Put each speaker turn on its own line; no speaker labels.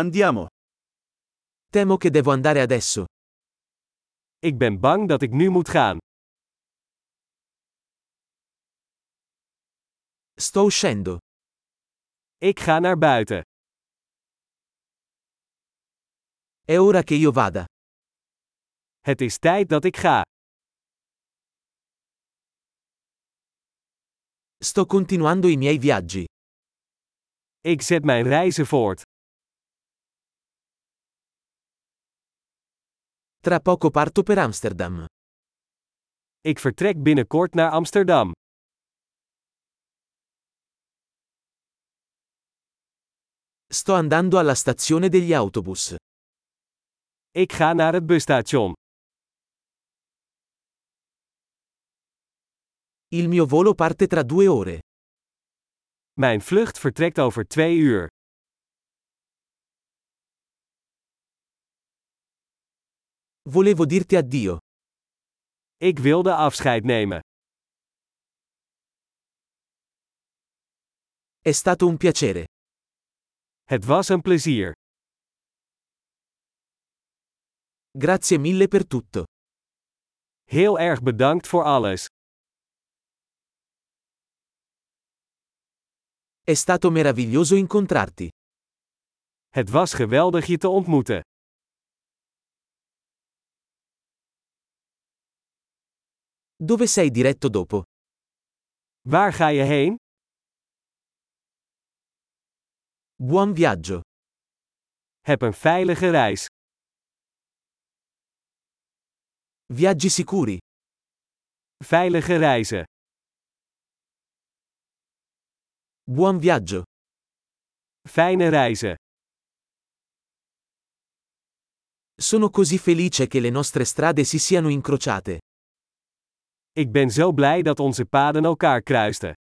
Andiamo. Temo che devo andare adesso.
Ik ben bang dat ik nu moet gaan.
Sto uscendo.
Ik ga naar buiten.
È ora che io vada.
Het is tijd dat ik ga.
Sto continuando i miei viaggi.
Ik zet mijn reizen voort.
Tra poco parto per Amsterdam.
Ik vertrek binnenkort naar Amsterdam.
Sto andando alla stazione degli autobus.
Ik ga naar het busstation.
Il mio volo parte tra due ore.
Mijn vlucht vertrekt over twee uur.
Volevo dirti addio.
Ik wilde afscheid nemen.
È stato un piacere.
Het was een plezier.
Grazie mille per tutto.
Heel erg bedankt voor alles.
È stato meraviglioso incontrarti.
Het was geweldig je te ontmoeten.
Dove sei diretto dopo?
Waar ga je heen?
Buon viaggio.
Heb een veilige reis.
Viaggi sicuri.
Veilige reizen.
Buon viaggio.
Fijne reizen.
Sono così felice che le nostre strade si siano incrociate.
Ik ben zo blij dat onze paden elkaar kruisten.